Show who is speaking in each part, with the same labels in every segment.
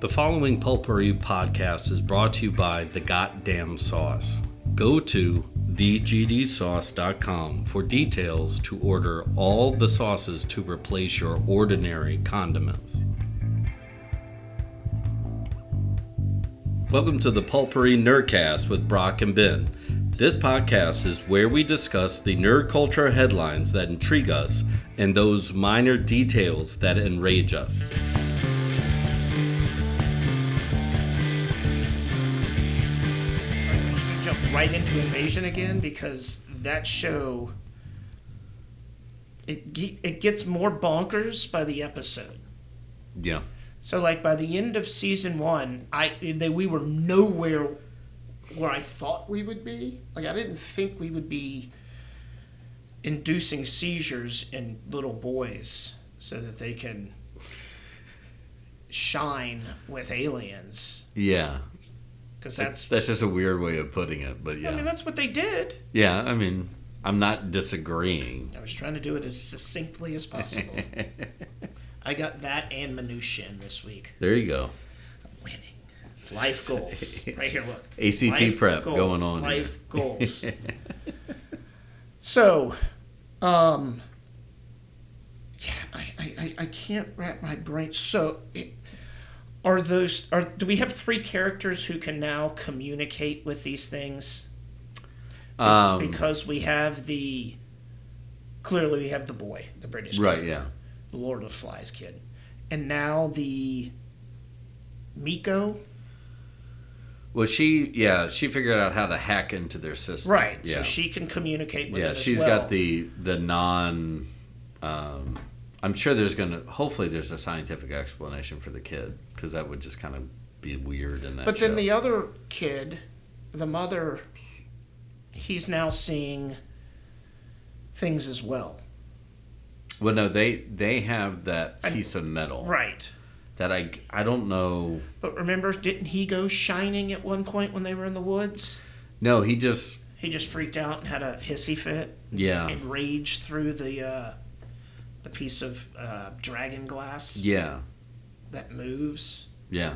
Speaker 1: The following Pulpery podcast is brought to you by The Goddamn Sauce. Go to thegdsauce.com for details to order all the sauces to replace your ordinary condiments. Welcome to the Pulpery Nerdcast with Brock and Ben. This podcast is where we discuss the nerd culture headlines that intrigue us and those minor details that enrage us.
Speaker 2: I'm just gonna jump right into Invasion again because that show it ge- it gets more bonkers by the episode.
Speaker 1: Yeah.
Speaker 2: So like by the end of season one, I they, we were nowhere where I thought we would be. Like I didn't think we would be inducing seizures in little boys so that they can shine with aliens
Speaker 1: Yeah.
Speaker 2: because that's
Speaker 1: That's just a weird way of putting it, but yeah.
Speaker 2: I mean that's what they did.
Speaker 1: yeah, I mean, I'm not disagreeing.
Speaker 2: I was trying to do it as succinctly as possible. I got that and minutia in this week.
Speaker 1: There you go.
Speaker 2: Winning. Life goals. Right here, look.
Speaker 1: ACT prep going on here.
Speaker 2: Life goals. so, um, yeah, I, I, I- I can't wrap my brain. So, it, are those, are, do we have three characters who can now communicate with these things?
Speaker 1: Um,
Speaker 2: because we have the, clearly we have the boy, the British kid.
Speaker 1: right, yeah.
Speaker 2: the Lord of the Flies kid, and now the Miko.
Speaker 1: Well, she, yeah, she figured out how to hack into their system.
Speaker 2: Right.
Speaker 1: Yeah.
Speaker 2: So she can communicate with
Speaker 1: yeah,
Speaker 2: it as
Speaker 1: she's
Speaker 2: well.
Speaker 1: got the the non. Um, I'm sure there's gonna. Hopefully, there's a scientific explanation for the kid because that would just kind of be weird and that.
Speaker 2: But then
Speaker 1: show.
Speaker 2: the other kid, the mother, he's now seeing things as well.
Speaker 1: well, no, they they have that
Speaker 2: I-
Speaker 1: piece of metal
Speaker 2: Right.
Speaker 1: that I I don't know.
Speaker 2: But remember, didn't he go shining at one point when they were in the woods?
Speaker 1: No, he just
Speaker 2: He just freaked out and had a hissy fit
Speaker 1: yeah
Speaker 2: and raged through the uh, the piece of uh, dragon glass
Speaker 1: yeah
Speaker 2: that moves.
Speaker 1: yeah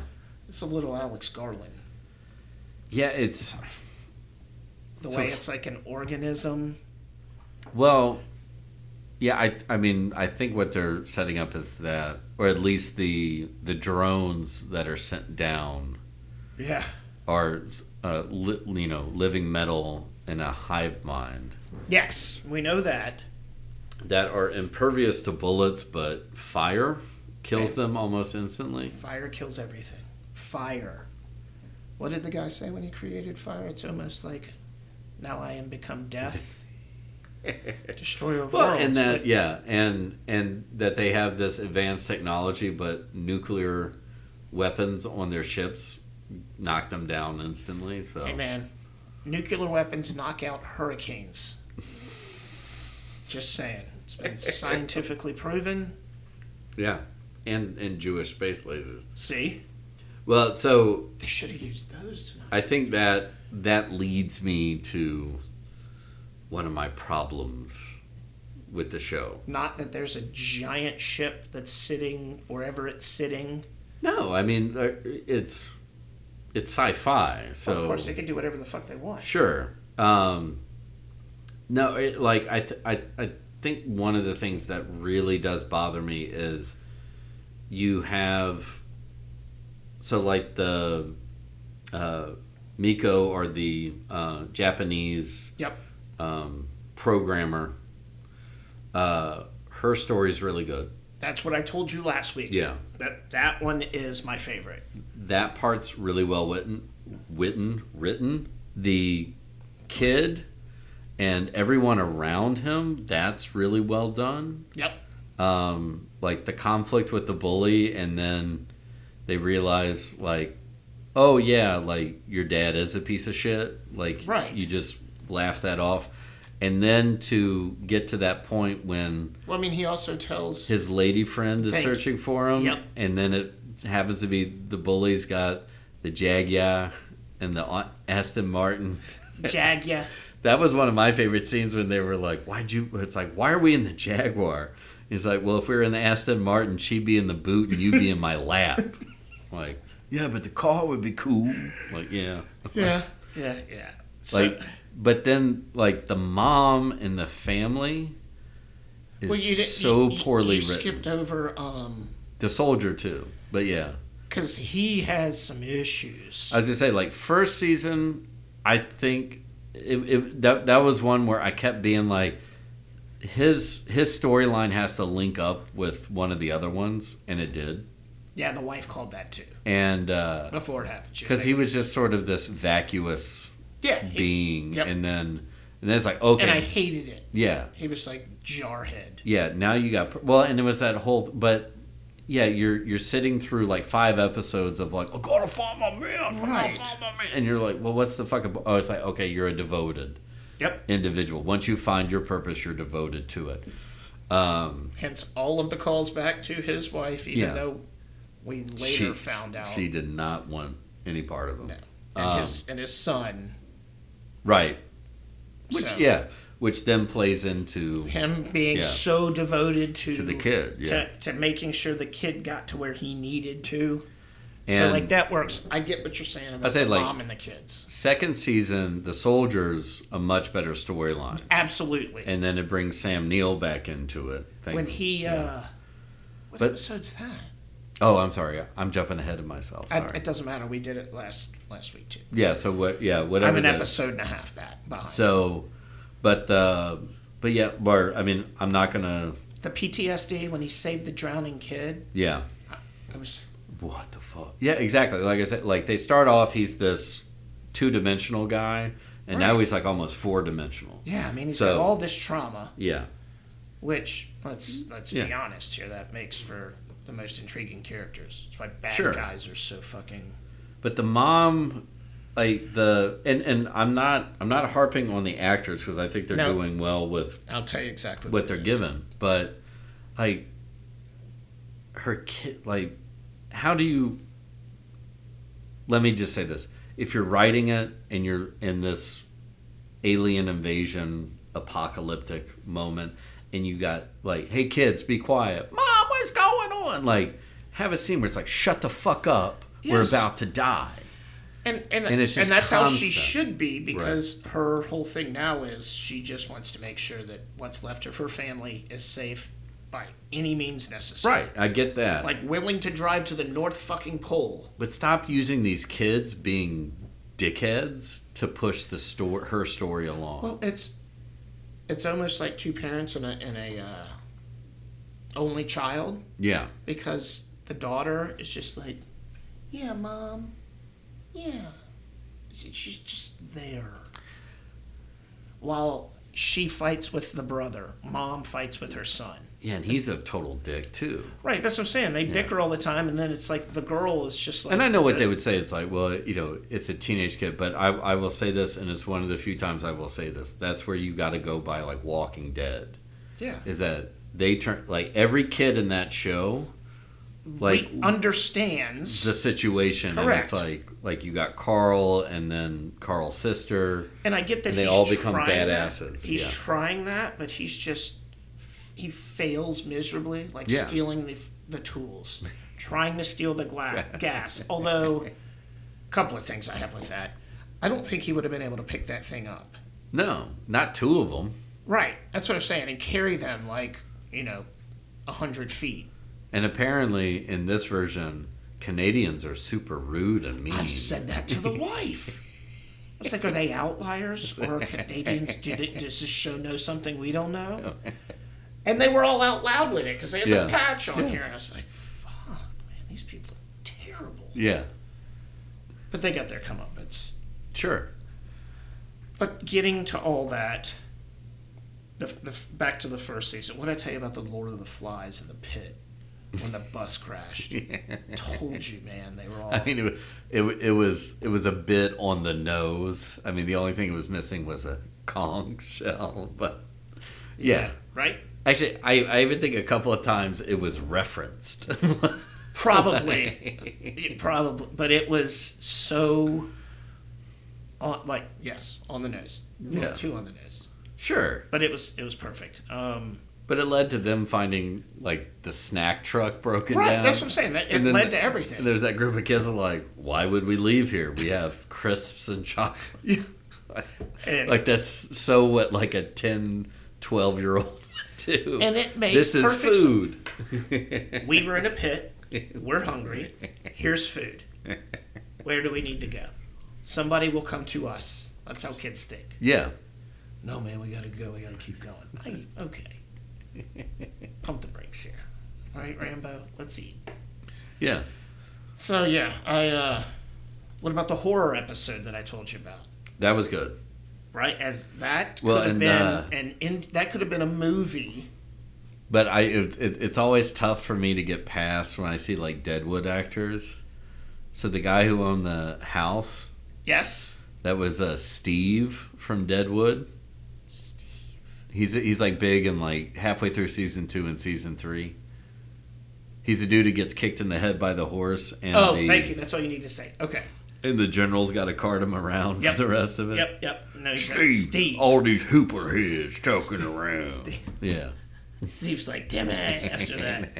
Speaker 2: It's a little Alex Garland.
Speaker 1: yeah. It's
Speaker 2: the
Speaker 1: So-
Speaker 2: way it's like an organism.
Speaker 1: Well, yeah, I I mean I think what they're setting up is that, or at least the the drones that are sent down
Speaker 2: Yeah.
Speaker 1: are, uh, li, you know, living metal in a hive mind
Speaker 2: Yes, we know that.
Speaker 1: that are impervious to bullets, but fire kills
Speaker 2: Right.
Speaker 1: them almost instantly.
Speaker 2: Fire kills everything. Fire. What did the guy say when he created fire? It's almost like now I am become death, destroyer of
Speaker 1: Well,
Speaker 2: worlds.
Speaker 1: and that
Speaker 2: but-
Speaker 1: yeah, and and that they have this advanced technology, but nuclear weapons on their ships knock them down instantly. So
Speaker 2: hey man, nuclear weapons knock out hurricanes. Just saying, it's been scientifically proven.
Speaker 1: Yeah, and and Jewish space lasers.
Speaker 2: See,
Speaker 1: Well, so
Speaker 2: they should have used those tonight.
Speaker 1: I think that that leads me to one of my problems with the show.
Speaker 2: Not that there's a giant ship that's sitting wherever it's sitting
Speaker 1: No, I mean uh, it's it's sci-fi, so
Speaker 2: of course, they can do whatever the fuck they want.
Speaker 1: sure. Um, no, it, like I, th- I I think one of the things that really does bother me is you have so like the uh, Miko or the uh, Japanese
Speaker 2: Yep.
Speaker 1: um, programmer. Uh, her story's really good.
Speaker 2: That's what I told you last week.
Speaker 1: Yeah,
Speaker 2: That that one is my favorite.
Speaker 1: that part's really well written, written, written. The kid and everyone around him, that's really well done.
Speaker 2: Yep.
Speaker 1: Um, like the conflict with the bully, and then they realize, like, oh yeah, like your dad is a piece of shit. Like,
Speaker 2: Right.
Speaker 1: you just laugh that off. And then to get to that point when
Speaker 2: Well, I mean, he also tells.
Speaker 1: his lady friend is
Speaker 2: Thank you.
Speaker 1: searching for him.
Speaker 2: Yep.
Speaker 1: And then it happens to be the bully's got the Jaguar and the Au- Aston Martin.
Speaker 2: Jag ya.
Speaker 1: That was one of my favorite scenes when they were like, "Why'd you?" It's like, "Why are we in the Jaguar?" He's like, "Well, if we were in the Aston Martin, she'd be in the boot and you'd be in my lap." like,
Speaker 3: yeah, but the car would be cool.
Speaker 1: Like yeah.
Speaker 2: Yeah. Yeah. Yeah. So,
Speaker 1: Like but then like the mom and the family is
Speaker 2: well, you, di-
Speaker 1: so
Speaker 2: you-
Speaker 1: poorly
Speaker 2: you
Speaker 1: written.
Speaker 2: skipped over um
Speaker 1: The soldier too. But yeah.
Speaker 2: because he has some issues.
Speaker 1: I was gonna say, like first season, I think it, it, that that was one where I kept being like, his his storyline has to link up with one of the other ones, and it did,
Speaker 2: yeah, the wife called that too
Speaker 1: and because
Speaker 2: before it happened. She was
Speaker 1: he was just sort of this vacuous
Speaker 2: like, yeah, he-
Speaker 1: being,
Speaker 2: Yep.
Speaker 1: and then and then it's like okay,
Speaker 2: and I hated it.
Speaker 1: yeah,
Speaker 2: He was like jarhead.
Speaker 1: yeah. Now you got pr- well, and it was that whole but. Yeah, you're you're sitting through like five episodes of like I gotta find my man, I gotta
Speaker 2: Right.
Speaker 1: find my man, and you're like, well, what's the fucking? Oh, it's like okay, you're a devoted.
Speaker 2: Yep.
Speaker 1: individual. Once you find your purpose, you're devoted to it.
Speaker 2: Hence all of the calls back to his wife, even
Speaker 1: Yeah.
Speaker 2: though we later found out.
Speaker 1: she did not want any part of him.
Speaker 2: No. and,
Speaker 1: Um,
Speaker 2: his, and his son,
Speaker 1: Right. Which
Speaker 2: So-
Speaker 1: yeah, which then plays into
Speaker 2: him being
Speaker 1: Yeah.
Speaker 2: so devoted to,
Speaker 1: the kid, yeah.
Speaker 2: to, to making sure the kid got to where he needed to. so
Speaker 1: And-
Speaker 2: like that works. I get what you're saying about
Speaker 1: said,
Speaker 2: the
Speaker 1: like-
Speaker 2: mom and the kids.
Speaker 1: second season. The soldiers a much better storyline,
Speaker 2: Absolutely.
Speaker 1: and then it brings Sam Neill back into it. Thank
Speaker 2: when
Speaker 1: you.
Speaker 2: he, uh, what
Speaker 1: But-
Speaker 2: episode's that?
Speaker 1: oh, I'm sorry, I'm jumping ahead of myself.
Speaker 2: I,
Speaker 1: Sorry.
Speaker 2: it doesn't matter. We did it last last week too.
Speaker 1: yeah. So what? Yeah. Whatever.
Speaker 2: I'm an
Speaker 1: that-
Speaker 2: episode and a half back behind.
Speaker 1: So, but uh, but yeah, but I mean, I'm not gonna.
Speaker 2: the PTSD when he saved the drowning kid.
Speaker 1: Yeah.
Speaker 2: I was
Speaker 1: what the fuck? Yeah, exactly. Like I said, like they start off, he's this two dimensional guy, and now
Speaker 2: Right.
Speaker 1: he's like almost four dimensional.
Speaker 2: yeah. I mean, he's
Speaker 1: So-
Speaker 2: got all this trauma,
Speaker 1: Yeah,
Speaker 2: which let's let's be
Speaker 1: Mm-hmm. Yeah.
Speaker 2: honest here. That makes for the most intriguing characters. That's why bad
Speaker 1: Sure.
Speaker 2: guys are so fucking.
Speaker 1: but the mom, like the and and I'm not I'm not harping on the actors because I think they're
Speaker 2: No.
Speaker 1: doing well with
Speaker 2: I'll tell you exactly
Speaker 1: what they're
Speaker 2: it is.
Speaker 1: given, but like her kid, like how do you? Let me just say this: if you're writing it and you're in this alien invasion apocalyptic moment and you got like hey kids be quiet mom what's going on like have a scene where it's like shut the fuck up we're
Speaker 2: Yes.
Speaker 1: about to die
Speaker 2: And and
Speaker 1: And
Speaker 2: and,
Speaker 1: it's just
Speaker 2: that's how she
Speaker 1: constant.
Speaker 2: should be because her whole thing now is she just wants to make sure that what's left of her family is safe by any means necessary.
Speaker 1: i get that
Speaker 2: Like willing to drive to the north fucking pole.
Speaker 1: but stop using these kids being dickheads to push the story her story along
Speaker 2: Well, it's it's almost like two parents and a and a uh, only child
Speaker 1: yeah
Speaker 2: because the daughter is just like, yeah, mom, yeah, She- she's just there. While she fights with the brother, mom fights with her son.
Speaker 1: yeah and he's a total dick too
Speaker 2: Right, that's what I'm saying. They bicker all the time, and then it's like the girl is just like.
Speaker 1: and I know what
Speaker 2: the-
Speaker 1: they would say. It's like, well, you know, it's a teenage kid, but I, I will say this, and it's one of the few times I will say this. That's where you got to go by like Walking Dead.
Speaker 2: Yeah,
Speaker 1: Is that they turn like every kid in that show, like
Speaker 2: He understands,
Speaker 1: the situation, and it's
Speaker 2: Correct.
Speaker 1: like like you got Carl and then Carl's sister.
Speaker 2: and I get that
Speaker 1: they
Speaker 2: he's
Speaker 1: all become
Speaker 2: trying that.
Speaker 1: badasses,
Speaker 2: He's
Speaker 1: yeah.
Speaker 2: trying that, but he's just he fails miserably, like
Speaker 1: Yeah.
Speaker 2: stealing the the tools, trying to steal the gla- gas. Although, a couple of things I have with that. I don't think he would have been able to pick that thing up.
Speaker 1: No, not two of them.
Speaker 2: Right, that's what I'm saying, and carry them like you know, a hundred feet.
Speaker 1: And apparently, in this version, Canadians are super rude and mean.
Speaker 2: I said that to the wife. I was like, are they outliers or Canadians? Do they, does this show know something we don't know? And they were all out loud with it because they had
Speaker 1: Yeah.
Speaker 2: the patch on here. And I was like, fuck, man, these people are terrible.
Speaker 1: yeah,
Speaker 2: But they got their comeuppance.
Speaker 1: sure.
Speaker 2: But getting to all that, the, the, back to the first season, what did I tell you about the Lord of the Flies in the pit when the bus crashed? Told you, man, they were all.
Speaker 1: I mean, it, wa- it, wa- it was it was a bit on the nose. I mean, the only thing it was missing was a conch shell. But yeah,
Speaker 2: Right?
Speaker 1: actually, I, I even think a couple of times it was referenced.
Speaker 2: Probably, It probably, but it was so, on, like yes, on the nose, Well,
Speaker 1: Yeah.
Speaker 2: too on the nose.
Speaker 1: sure.
Speaker 2: But it was it was perfect. Um,
Speaker 1: But it led to them finding like the snack truck broken
Speaker 2: Right,
Speaker 1: down.
Speaker 2: that's what I'm saying. That, it
Speaker 1: And then
Speaker 2: led to everything.
Speaker 1: There's that group of kids that are like, why would we leave here? We have crisps and chocolate.
Speaker 2: and,
Speaker 1: like that's so what like a 10, 12 year old would do.
Speaker 2: And it makes
Speaker 1: this is
Speaker 2: perfect s-
Speaker 1: food.
Speaker 2: we were in a pit. We're hungry. Here's food. Where do we need to go? Somebody will come to us. That's how kids think.
Speaker 1: Yeah.
Speaker 2: No, man, we gotta go. We gotta keep going. I, okay. Pump the brakes here. All right, Rambo. Let's eat.
Speaker 1: Yeah.
Speaker 2: So yeah, I. uh What about the horror episode that I told you about?
Speaker 1: That was good.
Speaker 2: Right, as that could
Speaker 1: Well,
Speaker 2: have
Speaker 1: and,
Speaker 2: been
Speaker 1: uh,
Speaker 2: an in, that could have been a movie.
Speaker 1: But I, it, it, it's always tough for me to get past when I see like Deadwood actors. So the guy who owned the house,
Speaker 2: Yes.
Speaker 1: that was uh, Steve from Deadwood. He's he's like big and like halfway through season two and season three. He's a dude who gets kicked in the head by the horse, and
Speaker 2: Oh,
Speaker 1: the
Speaker 2: thank you. That's all you need to say. Okay.
Speaker 1: and the general's got to cart him around
Speaker 2: Yep.
Speaker 1: for the Oh. rest of it.
Speaker 2: Yep. Yep. No, he's like,
Speaker 3: Steve,
Speaker 2: Steve.
Speaker 3: all these hooper heads talking around.
Speaker 1: Yeah,
Speaker 2: Steve's like, damn it. After that,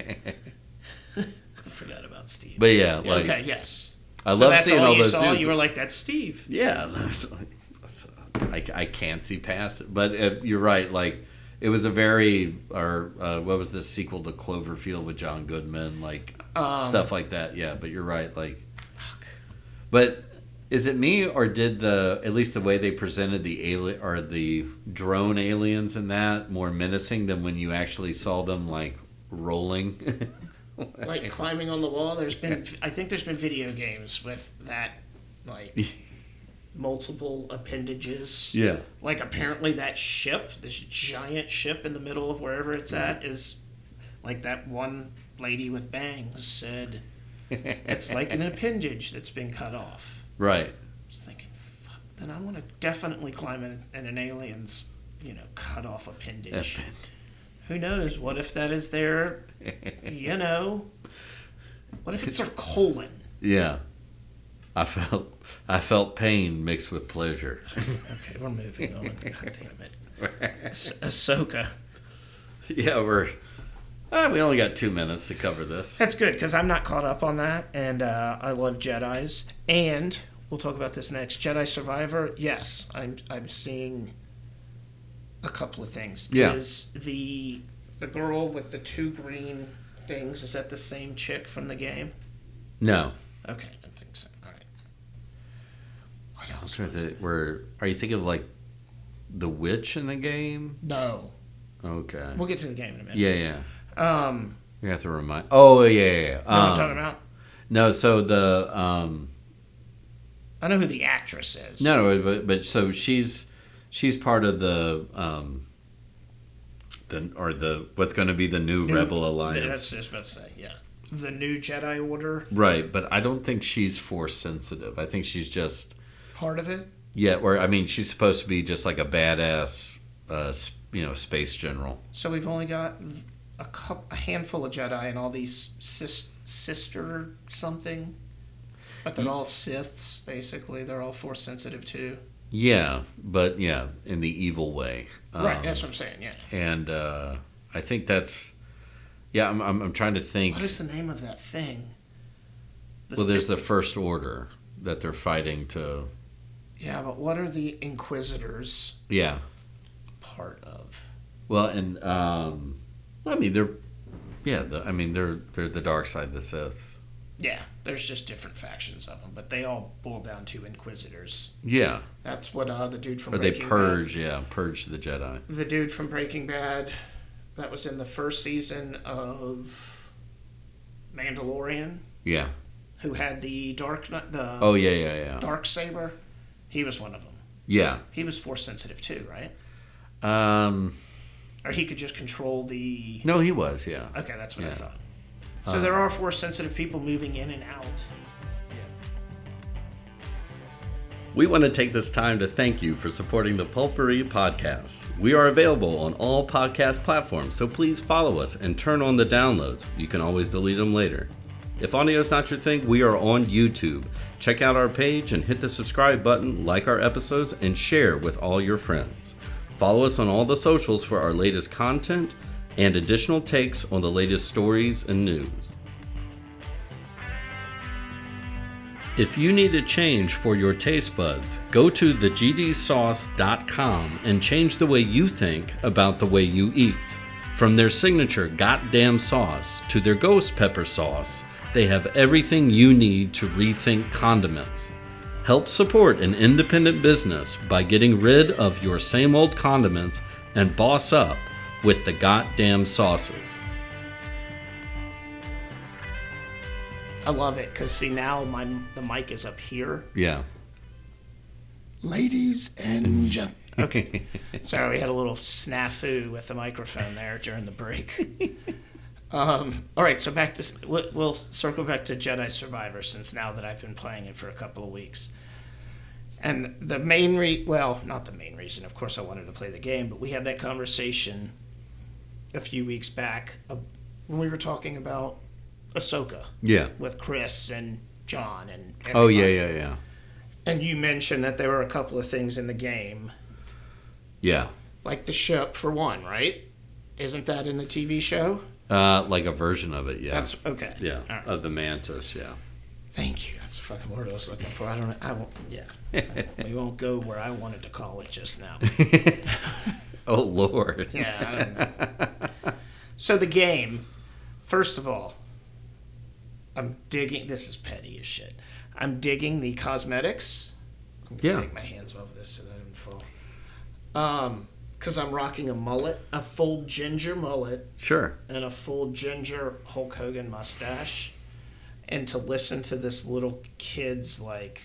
Speaker 2: I forgot about Steve.
Speaker 1: but yeah, like
Speaker 2: okay. Yes.
Speaker 1: I
Speaker 2: so
Speaker 1: love
Speaker 2: that's
Speaker 1: seeing
Speaker 2: all,
Speaker 1: all,
Speaker 2: you
Speaker 1: those
Speaker 2: saw.
Speaker 1: dudes.
Speaker 2: You were like, that's Steve.
Speaker 1: Yeah, that's- that's- uh, I, I can't see past it. But uh, you're right. Like it was a very or uh, what was this sequel to Cloverfield with John Goodman, like stuff like that. Yeah, but you're right. Like, but is it me or did the at least the way they presented the alien or the drone aliens in that more menacing than when you actually saw them like rolling?
Speaker 2: Like climbing on the wall. There's been, I think there's been video games with that, like multiple appendages.
Speaker 1: yeah.
Speaker 2: like apparently that ship this giant ship in the middle of wherever it's at is like that one lady with bangs said it's like an appendage that's been cut off
Speaker 1: Right.
Speaker 2: i was thinking fuck then i want to definitely climb in, in an alien's you know cut off appendage who knows what if that is their you know what if it's their colon
Speaker 1: Yeah. I felt I felt pain mixed with pleasure.
Speaker 2: okay we're moving on god damn it Ah- ahsoka
Speaker 1: yeah, we're uh, we only got two minutes to cover this.
Speaker 2: That's good because I'm not caught up on that, and uh, I love Jedi's. And we'll talk about this next. Jedi Survivor. Yes, I'm I'm seeing a couple of things.
Speaker 1: Yeah.
Speaker 2: Is the the girl with the two green things is that the same chick from the game?
Speaker 1: No.
Speaker 2: Okay, I don't think so. All right. What else?
Speaker 1: Or
Speaker 2: Was
Speaker 1: is
Speaker 2: it?
Speaker 1: it- We're are you thinking of like the witch in the game?
Speaker 2: No,
Speaker 1: Okay.
Speaker 2: we'll get to the game in a minute.
Speaker 1: Yeah, yeah.
Speaker 2: Um,
Speaker 1: You have to remind. Oh yeah, yeah. yeah.
Speaker 2: know what I'm
Speaker 1: Um,
Speaker 2: talking about.
Speaker 1: no, so the um
Speaker 2: I know who the actress is.
Speaker 1: no, no, but but so she's she's part of the um the or the what's going to be the new, Rebel Alliance.
Speaker 2: That's what I was about to say. Yeah. The new Jedi Order
Speaker 1: Right, but I don't think she's force sensitive. I think she's just
Speaker 2: part of it.
Speaker 1: yeah, or I mean, she's supposed to be just like a badass, uh, s- you know, space general.
Speaker 2: So we've only got a cup, a handful of Jedi and all these sis, sister something, but
Speaker 1: Mm.
Speaker 2: they're all Siths basically. They're all Force sensitive too.
Speaker 1: Yeah, but yeah, in the evil way. Um,
Speaker 2: right, that's what I'm saying. Yeah.
Speaker 1: And uh, I think that's yeah. I'm I'm, I'm trying to think.
Speaker 2: What is the name of that thing? The-
Speaker 1: well, there's the
Speaker 2: it's-
Speaker 1: First Order that they're fighting to.
Speaker 2: yeah, but what are the Inquisitors
Speaker 1: Yeah.
Speaker 2: part of?
Speaker 1: Well, and um, I mean they're yeah. The, I mean they're they're the dark side of the Sith.
Speaker 2: Yeah, there's just different factions of them, but they all boil down to Inquisitors.
Speaker 1: Yeah.
Speaker 2: That's what uh, the dude from
Speaker 1: Or they
Speaker 2: Breaking Bad-
Speaker 1: purge. Yeah, purge the Jedi.
Speaker 2: the dude from Breaking Bad that was in the first season of Mandalorian
Speaker 1: Yeah.
Speaker 2: who had the dark kn- the
Speaker 1: Oh yeah, yeah, yeah,
Speaker 2: dark saber. He was one of them.
Speaker 1: yeah.
Speaker 2: He was force sensitive too, right?
Speaker 1: Um,
Speaker 2: Or he could just control the
Speaker 1: no, he was. Yeah.
Speaker 2: Okay, that's what I
Speaker 1: Yeah.
Speaker 2: thought. So there are force sensitive people moving in and out.
Speaker 1: We want to take this time to thank you for supporting the Pulpery Podcast. We are available on all podcast platforms, so please follow us and turn on the downloads. You can always delete them later. If audio's not your thing, we are on YouTube. Check out our page and hit the subscribe button, like our episodes, and share with all your friends. Follow us on all the socials for our latest content and additional takes on the latest stories and news. If you need a change for your taste buds, go to thegdsauce.com and change the way you think about the way you eat. From their signature goddamn sauce to their ghost pepper sauce, they have everything you need to rethink condiments. Help support an independent business by getting rid of your same old condiments and boss up with the goddamn sauces.
Speaker 2: I love it because see now my the mic is up here.
Speaker 1: Yeah.
Speaker 2: Ladies and gentlemen. Okay. Sorry, we had a little snafu with the microphone there during the break. um, all right, so back to we'll, we'll circle back to Jedi Survivor since now that I've been playing it for a couple of weeks. And the main re well, not the main reason, of course, I wanted to play the game, but we had that conversation a few weeks back uh, when we were talking about Ahsoka
Speaker 1: Yeah.
Speaker 2: with Chris and John and
Speaker 1: Oh, yeah,
Speaker 2: everybody.
Speaker 1: yeah, yeah.
Speaker 2: And you mentioned that there were a couple of things in the game,
Speaker 1: Yeah.
Speaker 2: like the ship for one, right? Isn't that in the TV show?
Speaker 1: Uh, like a version of it, yeah.
Speaker 2: That's okay.
Speaker 1: yeah,
Speaker 2: All right.
Speaker 1: of the mantis, yeah.
Speaker 2: Thank you. That's the fucking word I was looking for. I don't. I won't. Yeah. we won't go where I wanted to call it just now.
Speaker 1: Oh lord.
Speaker 2: Yeah. I don't know. so the game. First of all, I'm digging. This is petty as shit. I'm digging the cosmetics. I'm gonna
Speaker 1: Yeah.
Speaker 2: take my hands off this so that I don't fall. Um, because I'm rocking a mullet, a full ginger mullet,
Speaker 1: Sure.
Speaker 2: and a full ginger Hulk Hogan mustache, and to listen to this little kid's like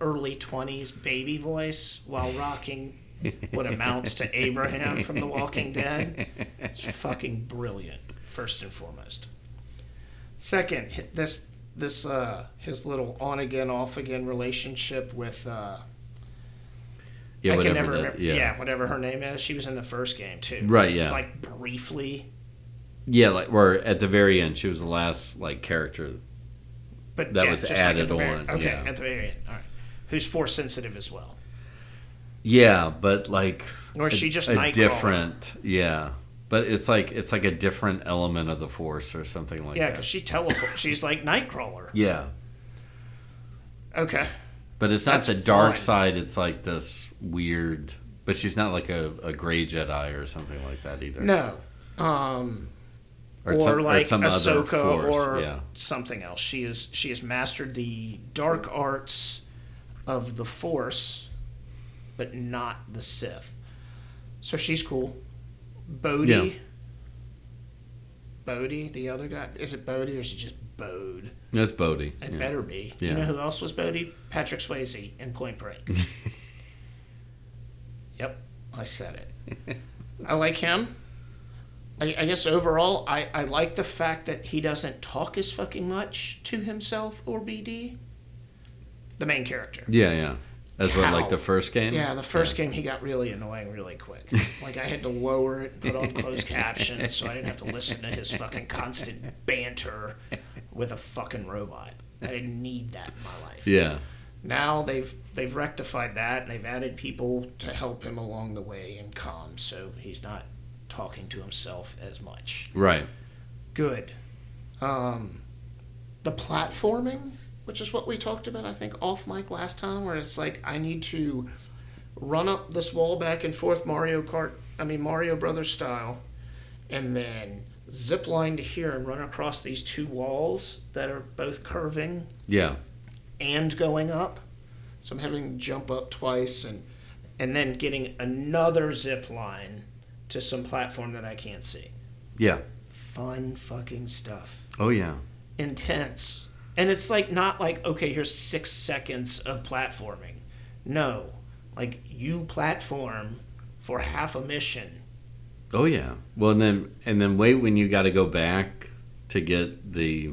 Speaker 2: early twenties baby voice while rocking what amounts to Abraham from The Walking Dead. It's fucking brilliant. First and foremost. Second, hi- this this uh his little on again off again relationship with uh
Speaker 1: Yeah,
Speaker 2: I can
Speaker 1: whatever
Speaker 2: never
Speaker 1: that-
Speaker 2: remember.
Speaker 1: Yeah.
Speaker 2: Yeah. whatever her name is. She was in the first game too.
Speaker 1: Right, yeah.
Speaker 2: Like briefly,
Speaker 1: Yeah, like where at the very end she was the last like character.
Speaker 2: but
Speaker 1: That
Speaker 2: yeah,
Speaker 1: was
Speaker 2: just like at
Speaker 1: added
Speaker 2: the very-
Speaker 1: on,
Speaker 2: okay,
Speaker 1: yeah.
Speaker 2: at the very end. All right. Who's force sensitive as well?
Speaker 1: Yeah, but like
Speaker 2: Or is
Speaker 1: a-
Speaker 2: she just
Speaker 1: a
Speaker 2: Nightcrawler?
Speaker 1: different yeah. But it's like it's like a different element of the force or something like
Speaker 2: Yeah,
Speaker 1: that.
Speaker 2: because she teleports. She's like Nightcrawler.
Speaker 1: yeah.
Speaker 2: Okay.
Speaker 1: But it's not
Speaker 2: That's
Speaker 1: the dark
Speaker 2: fun.
Speaker 1: side, it's like this weird but she's not like a, a gray Jedi or something like that either.
Speaker 2: No. Um,
Speaker 1: or,
Speaker 2: or
Speaker 1: some-
Speaker 2: like
Speaker 1: some other
Speaker 2: Ahsoka
Speaker 1: force,
Speaker 2: or
Speaker 1: yeah.
Speaker 2: something else. She is she has mastered the dark arts of the Force, but not the Sith. So she's cool. Bodhi.
Speaker 1: Yeah.
Speaker 2: Bodhi, the other guy. Is it Bodhi or is it just Bode?
Speaker 1: That's Bodhi.
Speaker 2: It
Speaker 1: yeah.
Speaker 2: better be.
Speaker 1: Yeah.
Speaker 2: You know who else was Bodie? Patrick Swayze in Point Break. yep, I said it. I like him. I, I guess overall, I, I like the fact that he doesn't talk as fucking much to himself or BD. The main character.
Speaker 1: Yeah, yeah. That's what like
Speaker 2: Cow.
Speaker 1: the first game.
Speaker 2: Yeah, the first game he got really annoying really quick. Like I had to lower it and put on closed captions so I didn't have to listen to his fucking constant banter with a fucking robot. I didn't need that in my life.
Speaker 1: Yeah.
Speaker 2: Now they've they've rectified that and they've added people to help him along the way and calm so he's not talking to himself as much.
Speaker 1: Right.
Speaker 2: Good. Um the platforming, which is what we talked about I think off mic last time where it's like I need to run up this wall back and forth Mario Kart, I mean Mario Brothers style, and then zip line to here and run across these two walls that are both curving
Speaker 1: Yeah.
Speaker 2: and going up. So I'm having to jump up twice and and then getting another zip line to some platform that I can't see.
Speaker 1: Yeah.
Speaker 2: Fun fucking stuff.
Speaker 1: Oh yeah.
Speaker 2: Intense. And it's like not like okay, here's 6 seconds of platforming. No. Like you platform for half a mission.
Speaker 1: Oh yeah. Well, and then and then wait when you got to go back to get the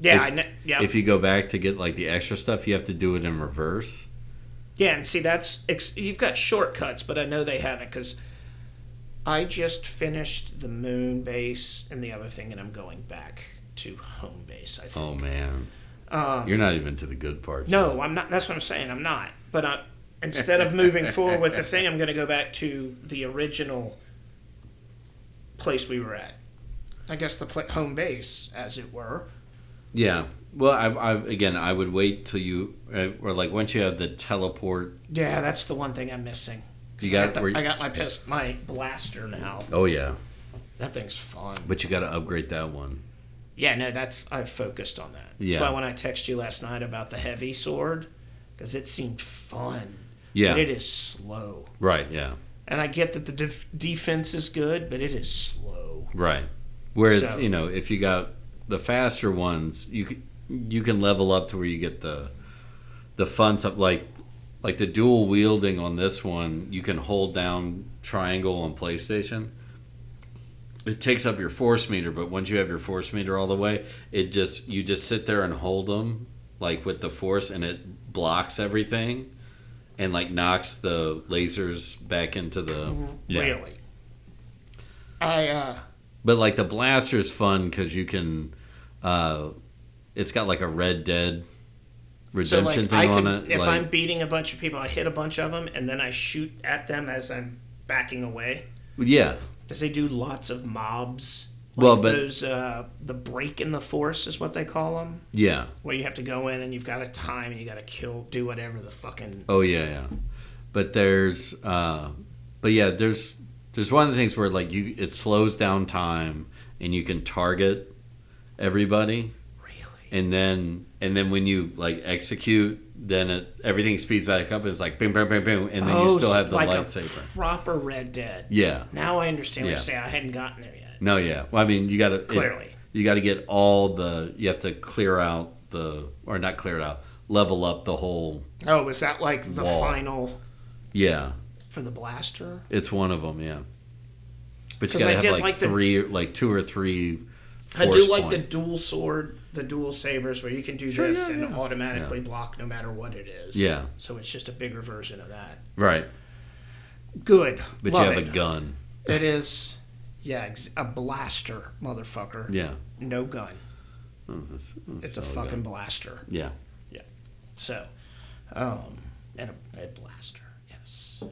Speaker 2: Yeah,
Speaker 1: If-
Speaker 2: I know. Yeah.
Speaker 1: if you go back to get like the extra stuff, you have to do it in reverse.
Speaker 2: Yeah, and see that's ex- you've got shortcuts, but I know they haven't because I just finished the moon base and the other thing, and I'm going back to home base. I think. Uh,
Speaker 1: Oh man. You're not even to the good part.
Speaker 2: No, I'm not. That's what I'm saying. I'm not. But I, instead of moving forward with the thing, I'm going to go back to the original place we were at. I guess the pla home base, as it were.
Speaker 1: Yeah. Well, I, I again, I would wait till you uh, or like once you have the teleport.
Speaker 2: Yeah, that's the one thing I'm missing. 'Cause
Speaker 1: You got
Speaker 2: I, got the-
Speaker 1: where you-
Speaker 2: I got my pist, my blaster now.
Speaker 1: Oh yeah,
Speaker 2: That thing's fun.
Speaker 1: but you got to upgrade that one.
Speaker 2: Yeah, no, that's I've focused on that.
Speaker 1: Yeah.
Speaker 2: That's why when I texted you last night about the heavy sword, because it seemed fun.
Speaker 1: Yeah.
Speaker 2: But it is slow,
Speaker 1: Right. Yeah.
Speaker 2: and I get that the def- defense is good, but it is slow.
Speaker 1: Right. Whereas
Speaker 2: So-
Speaker 1: you know if you got the faster ones, you can you can level up to where you get the the fun stuff like like the dual wielding on this one. You can hold down triangle on PlayStation. It takes up your force meter, but once you have your force meter all the way, it just you just sit there and hold them like with the force, and it blocks everything, and like knocks the lasers back into the yeah.
Speaker 2: Really. I uh
Speaker 1: But like the blaster's fun because you can, uh, it's got like a Red Dead
Speaker 2: so
Speaker 1: Redemption
Speaker 2: like
Speaker 1: thing
Speaker 2: I
Speaker 1: on
Speaker 2: can
Speaker 1: it.
Speaker 2: if
Speaker 1: like,
Speaker 2: I'm beating a bunch of people, I hit a bunch of them, and then I shoot at them as I'm backing away.
Speaker 1: yeah,
Speaker 2: Because they do lots of mobs. Like
Speaker 1: Well, but-
Speaker 2: those uh, the break in the force is what they call them.
Speaker 1: yeah,
Speaker 2: where you have to go in and you've got to time and you got to kill, do whatever the fucking.
Speaker 1: oh yeah, yeah. But there's, uh, but yeah, there's there's one of the things where like you it slows down time and you can target everybody,
Speaker 2: Really?
Speaker 1: and then and then when you like execute, then it, everything speeds back up and it's like boom, boom, boom, boom, and then you still have the
Speaker 2: Oh, like
Speaker 1: lightsaber.
Speaker 2: a proper Red Dead.
Speaker 1: yeah.
Speaker 2: Now I understand what
Speaker 1: Yeah.
Speaker 2: you're saying. I hadn't gotten there yet.
Speaker 1: No, yeah. Well, I mean, you got to
Speaker 2: Clearly.
Speaker 1: you got to get all the. You have to clear out the, or not clear it out, level up the whole.
Speaker 2: Oh, is that like the
Speaker 1: Wall.
Speaker 2: final
Speaker 1: Yeah,
Speaker 2: for the blaster?
Speaker 1: it's one of them. Yeah, but you
Speaker 2: 'Cause
Speaker 1: got
Speaker 2: I
Speaker 1: to have
Speaker 2: did
Speaker 1: like,
Speaker 2: like the-
Speaker 1: three, like two or three.
Speaker 2: I do
Speaker 1: force
Speaker 2: like the
Speaker 1: points.
Speaker 2: dual sword, the dual sabers, where you can do
Speaker 1: Sure,
Speaker 2: this
Speaker 1: yeah,
Speaker 2: and
Speaker 1: yeah.
Speaker 2: automatically block no matter what it is.
Speaker 1: Yeah.
Speaker 2: So it's just a bigger version of that.
Speaker 1: right,
Speaker 2: Good.
Speaker 1: but
Speaker 2: Love
Speaker 1: you have
Speaker 2: it.
Speaker 1: a gun.
Speaker 2: It is, yeah, ex- a blaster, motherfucker.
Speaker 1: Yeah,
Speaker 2: No gun.
Speaker 1: Oh, that's- that's
Speaker 2: It's a
Speaker 1: solid.
Speaker 2: fucking blaster.
Speaker 1: Yeah,
Speaker 2: So, um, and a, a blaster, yes.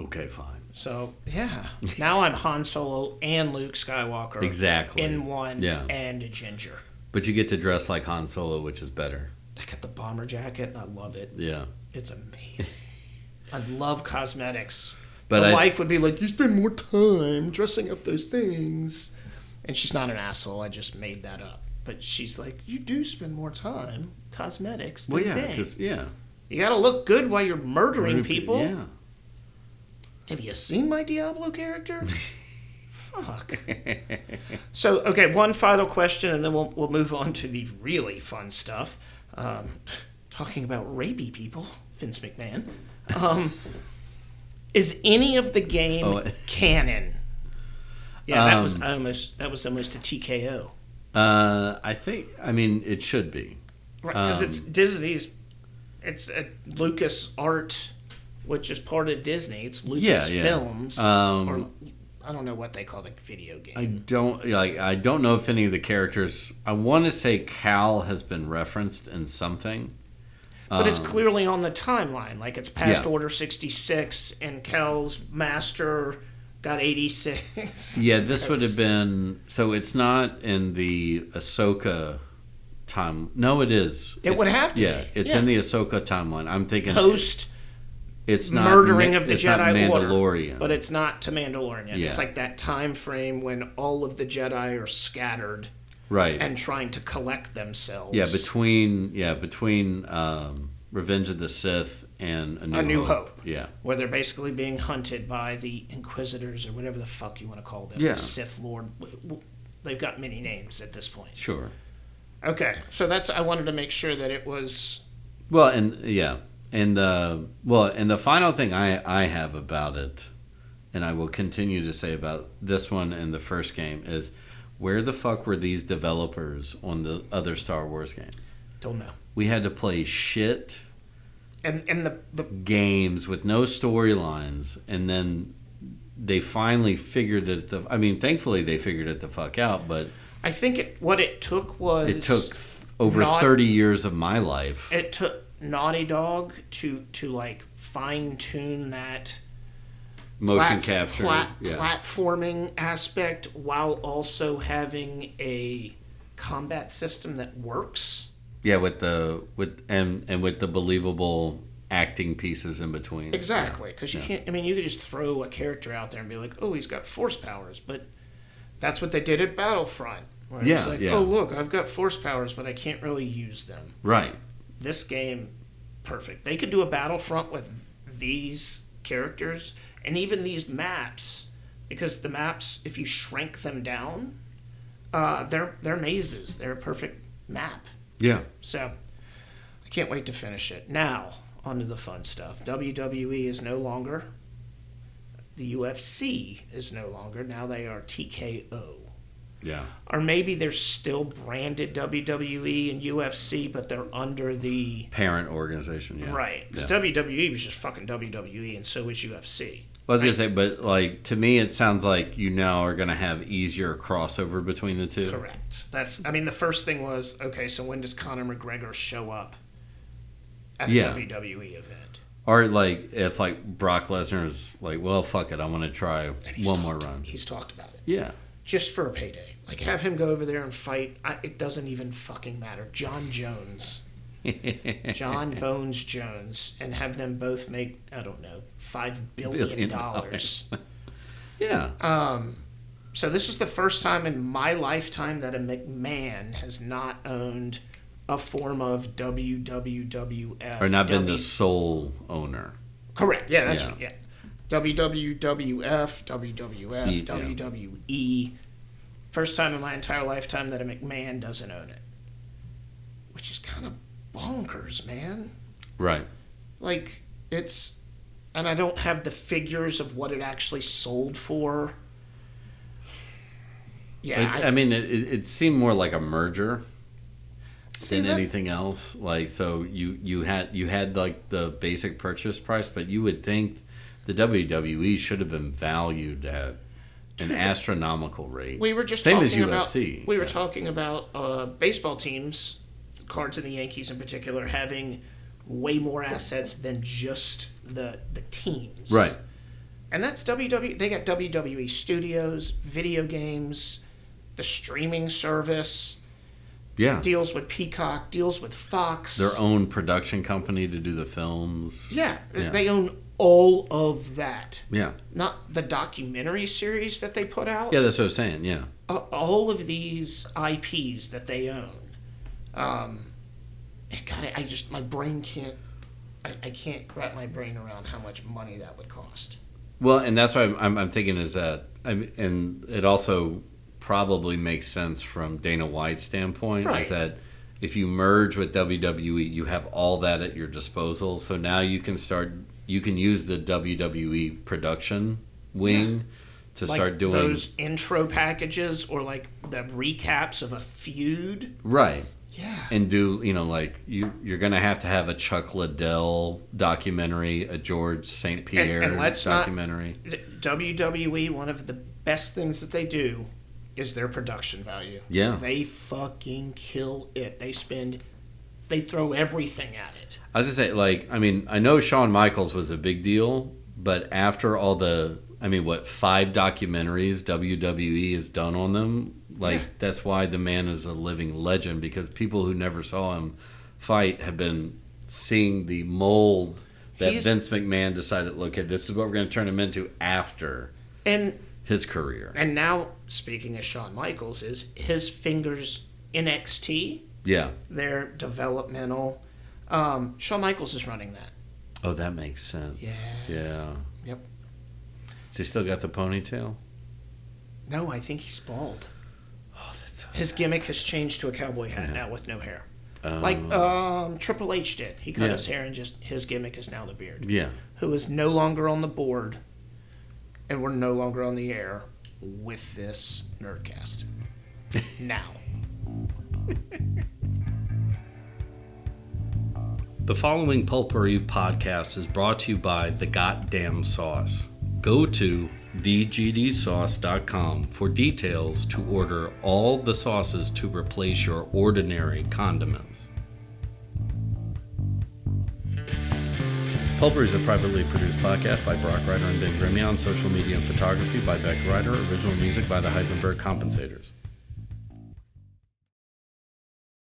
Speaker 1: okay, fine,
Speaker 2: So yeah, now I'm Han Solo and Luke Skywalker
Speaker 1: exactly.
Speaker 2: in one,
Speaker 1: Yeah.
Speaker 2: and a ginger.
Speaker 1: But you get to dress like Han Solo, which is better.
Speaker 2: I got the bomber jacket, and I love it.
Speaker 1: Yeah,
Speaker 2: It's amazing. I love cosmetics.
Speaker 1: But
Speaker 2: My
Speaker 1: I-
Speaker 2: wife would be like, "You spend more time dressing up those things," and she's not an asshole. I just made that up. But she's like, "You do spend more time cosmetics." Than
Speaker 1: well, yeah,
Speaker 2: things.
Speaker 1: because yeah,
Speaker 2: you got to look good while you're murdering people.
Speaker 1: Yeah,
Speaker 2: Have you seen my Diablo character? Fuck. so, okay, one final question, and then we'll, we'll move on to the really fun stuff. Um, talking about rapey people, Vince McMahon. Um, is any of the game
Speaker 1: Oh.
Speaker 2: canon? Yeah, that was
Speaker 1: Um.
Speaker 2: almost that was almost a TKO,
Speaker 1: uh, I think. I mean, it should be.
Speaker 2: right? Because it's
Speaker 1: Um,
Speaker 2: Disney's, it's a Lucas Art, which is part of Disney. It's Lucas
Speaker 1: yeah.
Speaker 2: Films,
Speaker 1: Um,
Speaker 2: or I don't know what they call the video game.
Speaker 1: I don't like. I don't know if any of the characters. I want to say Cal has been referenced in something.
Speaker 2: But it's clearly on the timeline. Like it's past
Speaker 1: um, Yeah.
Speaker 2: Order 66, and Kel's master got 86.
Speaker 1: Yeah, this would have
Speaker 2: That's-
Speaker 1: been. So it's not in the Ahsoka time. No, it is.
Speaker 2: It would
Speaker 1: It's-
Speaker 2: have to
Speaker 1: Yeah,
Speaker 2: be,
Speaker 1: it's
Speaker 2: yeah.
Speaker 1: in the Ahsoka timeline. I'm thinking
Speaker 2: Post
Speaker 1: it's not
Speaker 2: murdering
Speaker 1: Ma-
Speaker 2: of the
Speaker 1: it's not
Speaker 2: Jedi
Speaker 1: Mandalorian.
Speaker 2: Order. But it's not to Mandalorian. yet.
Speaker 1: Yeah.
Speaker 2: It's like that time frame when all of the Jedi are scattered
Speaker 1: right.
Speaker 2: and trying to collect themselves.
Speaker 1: yeah, between yeah between um, Revenge of the Sith and A New,
Speaker 2: New Hope.
Speaker 1: Yeah.
Speaker 2: Where they're basically being hunted by the Inquisitors or whatever the fuck you want to call them.
Speaker 1: Yeah.
Speaker 2: Sith Lord. W- w- They've got many names at this point.
Speaker 1: Sure.
Speaker 2: Okay, so that's I wanted to make sure that it was
Speaker 1: Well, and yeah, and the well, and the final thing I I have about it, and I will continue to say about this one and the first game is, where the fuck were these developers on the other Star Wars games?
Speaker 2: don't know.
Speaker 1: We had to play shit
Speaker 2: And and the, the
Speaker 1: games with no storylines, and then they finally figured it. The I mean, thankfully they figured it the fuck out, but
Speaker 2: I think it what it took was
Speaker 1: it took th- over
Speaker 2: not-
Speaker 1: thirty years of my life.
Speaker 2: it took Naughty Dog to to like fine tune that
Speaker 1: Motion
Speaker 2: plat-
Speaker 1: capture.
Speaker 2: plat-
Speaker 1: yeah.
Speaker 2: platforming aspect while also having a combat system that works.
Speaker 1: yeah, with the with and and with the believable acting pieces in between.
Speaker 2: Exactly, because you can't. I mean, you could just throw a character out there and be like, "Oh, he's got force powers," but that's what they did at Battlefront. Where it's
Speaker 1: Yeah,
Speaker 2: like,
Speaker 1: yeah.
Speaker 2: "Oh, look, I've got force powers, but I can't really use them."
Speaker 1: Right.
Speaker 2: This game, perfect. They could do a Battlefront with these characters and even these maps, because the maps, if you shrink them down, uh, they're they're mazes. They're a perfect map.
Speaker 1: Yeah.
Speaker 2: So I can't wait to finish it. Now, on to the fun stuff. WWE is no longer. The UFC is no longer. Now they are TKO.
Speaker 1: Yeah.
Speaker 2: Or maybe they're still branded WWE and UFC, but they're under the.
Speaker 1: Parent organization. Yeah.
Speaker 2: Right.
Speaker 1: Yeah.
Speaker 2: Because WWE E was just fucking WWE, and so is UFC.
Speaker 1: Well, I was gonna say, but like to me, it sounds like you now are gonna have easier crossover between the two.
Speaker 2: Correct. That's. I mean, the first thing was okay, so when does Conor McGregor show up at a
Speaker 1: Yeah.
Speaker 2: WWE event?
Speaker 1: Or like if like Brock Lesnar's like, well, fuck it, I want to try
Speaker 2: He's
Speaker 1: one more
Speaker 2: talked-
Speaker 1: run.
Speaker 2: He's talked about it.
Speaker 1: Yeah.
Speaker 2: just for a payday. Like have him go over there and fight. I, it doesn't even fucking matter. John Jones, John Bones Jones, and have them both make I don't know five billion
Speaker 1: Billion
Speaker 2: dollars. Um,
Speaker 1: Yeah.
Speaker 2: Uh, So this is the first time in my lifetime that a McMahon has not owned a form of WWWF
Speaker 1: or not been the
Speaker 2: W-
Speaker 1: sole owner.
Speaker 2: Correct. Yeah, that's
Speaker 1: Yeah.
Speaker 2: yeah. WWWF,
Speaker 1: E, Yeah.
Speaker 2: WWF, WWE. E. First time in my entire lifetime that a McMahon doesn't own it. Which is kind of bonkers, man.
Speaker 1: Right.
Speaker 2: Like it's and I don't have the figures of what it actually sold for. Yeah,
Speaker 1: Like, I,
Speaker 2: I,
Speaker 1: mean, it, it it seemed more like a merger
Speaker 2: see
Speaker 1: than
Speaker 2: that,
Speaker 1: anything else. Like, so you you had you had like the basic purchase price, but you would think the WWE should have been valued at an astronomical rate.
Speaker 2: we were just
Speaker 1: Same as
Speaker 2: talking about
Speaker 1: UFC,
Speaker 2: we were
Speaker 1: yeah.
Speaker 2: talking about uh, baseball teams, Cards and the Yankees in particular, having way more assets than just the the teams.
Speaker 1: Right.
Speaker 2: And that's WWE. They got WWE Studios, video games, the streaming service
Speaker 1: Yeah.
Speaker 2: deals with Peacock, deals with Fox.
Speaker 1: Their own production company to do the films.
Speaker 2: Yeah, th-
Speaker 1: Yeah.
Speaker 2: they own all of that.
Speaker 1: Yeah.
Speaker 2: Not the documentary series that they put out.
Speaker 1: Yeah, that's what I was saying. Yeah.
Speaker 2: a- all of these IPs that they own. Um, it- God, I- I just my brain can't. I, I can't wrap my brain around how much money that would cost.
Speaker 1: Well, and that's why I'm, I'm, I'm thinking is that, I'm, and it also probably makes sense from Dana White's standpoint
Speaker 2: Right.
Speaker 1: is that if you merge with WWE, you have all that at your disposal. So now you can start, you can use the WWE production wing to
Speaker 2: Like
Speaker 1: start doing
Speaker 2: those intro packages or like the recaps of a feud.
Speaker 1: right.
Speaker 2: Yeah.
Speaker 1: and do you know like you you're gonna have to have a Chuck Liddell documentary, a George St Pierre
Speaker 2: and let's not-
Speaker 1: documentary.
Speaker 2: WWE, E, one of the best things that they do is their production value.
Speaker 1: Yeah.
Speaker 2: They fucking kill it. They spend, they throw everything at it.
Speaker 1: I was just say like I mean I know Shawn Michaels was a big deal, but after all the I mean what five documentaries WWE has done on them, like that's why the man is a living legend because people who never saw him fight have been seeing the mold that
Speaker 2: He's-
Speaker 1: Vince McMahon decided. Look at this is what we're gonna turn him into after
Speaker 2: And
Speaker 1: his career.
Speaker 2: and now speaking of Shawn Michaels, is his fingers in NXT?
Speaker 1: Yeah.
Speaker 2: They're developmental. Um, Shawn Michaels is running that.
Speaker 1: Oh, that makes sense.
Speaker 2: Yeah.
Speaker 1: Yeah.
Speaker 2: Yep.
Speaker 1: Has he still got the ponytail?
Speaker 2: No, I think he's bald.
Speaker 1: Oh, that's so
Speaker 2: His gimmick has changed to a cowboy hat now with no hair.
Speaker 1: um,
Speaker 2: Like um, Triple H did. He cut
Speaker 1: Yeah.
Speaker 2: his hair and just his gimmick is now the beard.
Speaker 1: yeah.
Speaker 2: who is no longer on the board and we're no longer on the air with this nerdcast now
Speaker 4: The following Pulpery podcast is brought to you by The Goddamn Sauce. Go to thegdsauce.com for details to order all the sauces to replace your ordinary condiments.
Speaker 1: Pulper is a privately produced podcast by Brock Ryder and Ben Grimmie on social media and photography by Beck Ryder, original music by the Heisenberg Compensators.